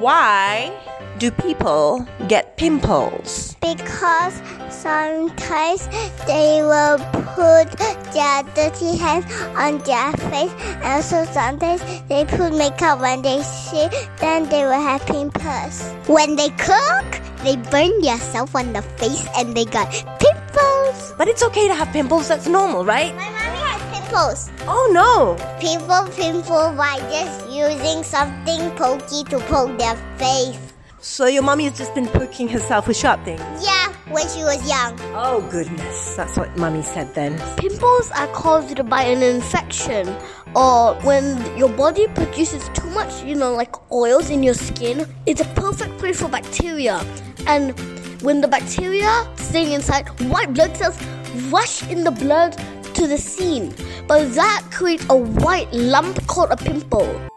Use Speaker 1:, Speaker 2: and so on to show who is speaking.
Speaker 1: Why do people get pimples?
Speaker 2: because sometimes they will put their dirty hands on their face and also sometimes they put makeup when they sit then they will have pimples when they cook they burn themselves on the face and they got pimples
Speaker 1: But it's okay to have pimples, that's normal, right?
Speaker 2: my mommy has pimples
Speaker 1: Oh no!
Speaker 2: people pimple by just using something pokey to poke their face
Speaker 1: So your mommy has just been poking herself with sharp things.
Speaker 2: yeah when she was young
Speaker 1: Oh goodness, that's what mummy said then.
Speaker 3: Pimples are caused by an infection or when your body produces too much, you know, like oils in your skin. It's a perfect place for bacteria. And when the bacteria staying inside, white blood cells rush in the blood to the scene. But that creates a white lump called a pimple.